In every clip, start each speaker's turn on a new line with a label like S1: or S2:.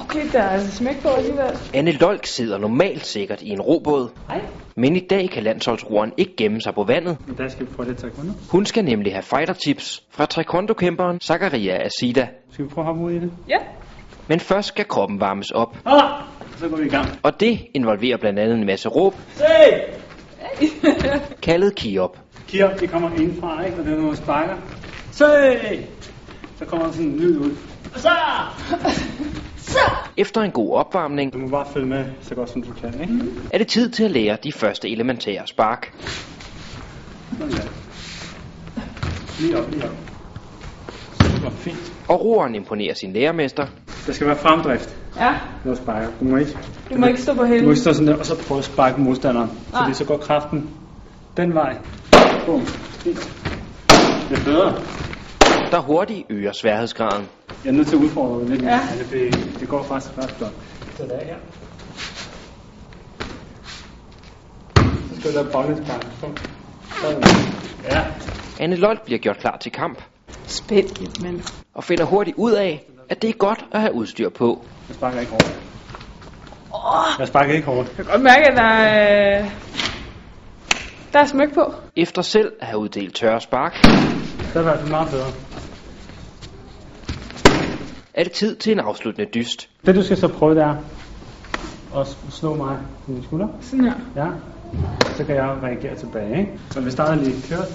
S1: okay, der er altså smæk på alligevel.
S2: Anne Lolk sidder normalt sikkert i en robåd,
S1: Ej.
S2: men i dag kan landsholdsroeren ikke gemme sig på vandet.
S3: Men der skal vi prøve lidt taekwondo.
S2: Hun skal nemlig have fightertips fra taekwondo-kæmperen Zakaria Asida.
S3: Skal vi prøve at hoppe ud i det?
S1: Ja.
S2: Men først skal kroppen varmes op,
S3: Ah! Så går vi i gang.
S2: og det involverer blandt andet en masse råb,
S3: Se!
S2: kaldet kiop.
S3: Kier, det kommer indfra, ikke? Og det er nogle sparker. Se! Så kommer der sådan en lyd ud. Og så!
S2: Efter en god opvarmning
S3: Du må bare følge med så godt som du kan, ikke?
S2: er det tid til at lære de første elementære spark.
S3: Sådan der. Lige op, lige op. Super, fint.
S2: Og roeren imponerer sin lærermester,
S3: Der skal være fremdrift,
S1: Ja.
S3: når du sparker. Du må ikke,
S1: Du må ikke stå på
S3: du må
S1: hælene.
S3: ikke stå sådan der, og så prøve at sparke modstanderen.
S1: Nej.
S3: Fordi så går kraften den vej. Bum. Fint. Det er bedre.
S2: der hurtigt øger sværhedsgraden.
S3: Jeg er nødt til at udfordre det lidt mere.
S1: Ja.
S3: Ja. Det, det går faktisk ret godt. Så der her. Så skal du lave bollespark. Sådan. Ja.
S2: Anne Lolk bliver gjort klar til kamp,
S1: Spændt, men.
S2: og finder hurtigt ud af, at det er godt at have udstyr på.
S3: Jeg sparker ikke hårdt. Jeg sparker ikke hårdt.
S1: Jeg kan godt mærke, at der er, øh, der er smæk på.
S2: Efter selv at have uddelt tørre spark,
S3: Det er i hvert fald meget bedre.
S2: er det tid til en afsluttende dyst.
S3: Det du skal så prøve, det er at s- slå mig i min skulder.
S1: Sådan her.
S3: Ja. Så kan jeg reagere tilbage, ikke? Så vi starter lige kørt.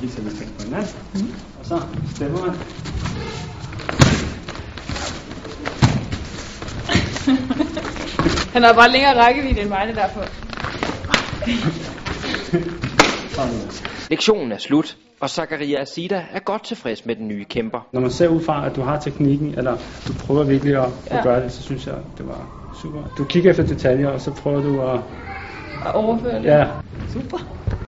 S3: Lige til vi skal på hinanden. Mm. Og så stemmer man.
S1: Han har bare længere rækkevidde end mig, det derfor.
S3: Sådan der.
S2: Lektionen er slut, og Zakaria Asida er godt tilfreds med den nye kæmper.
S3: Når man ser ud fra, at du har teknikken, eller du prøver virkelig at, ja.
S1: Ja.
S3: at gøre det, så synes jeg, det var super. Du kigger efter detaljer, og så prøver du at...
S1: Og overføre det.
S3: Ja,
S1: Super.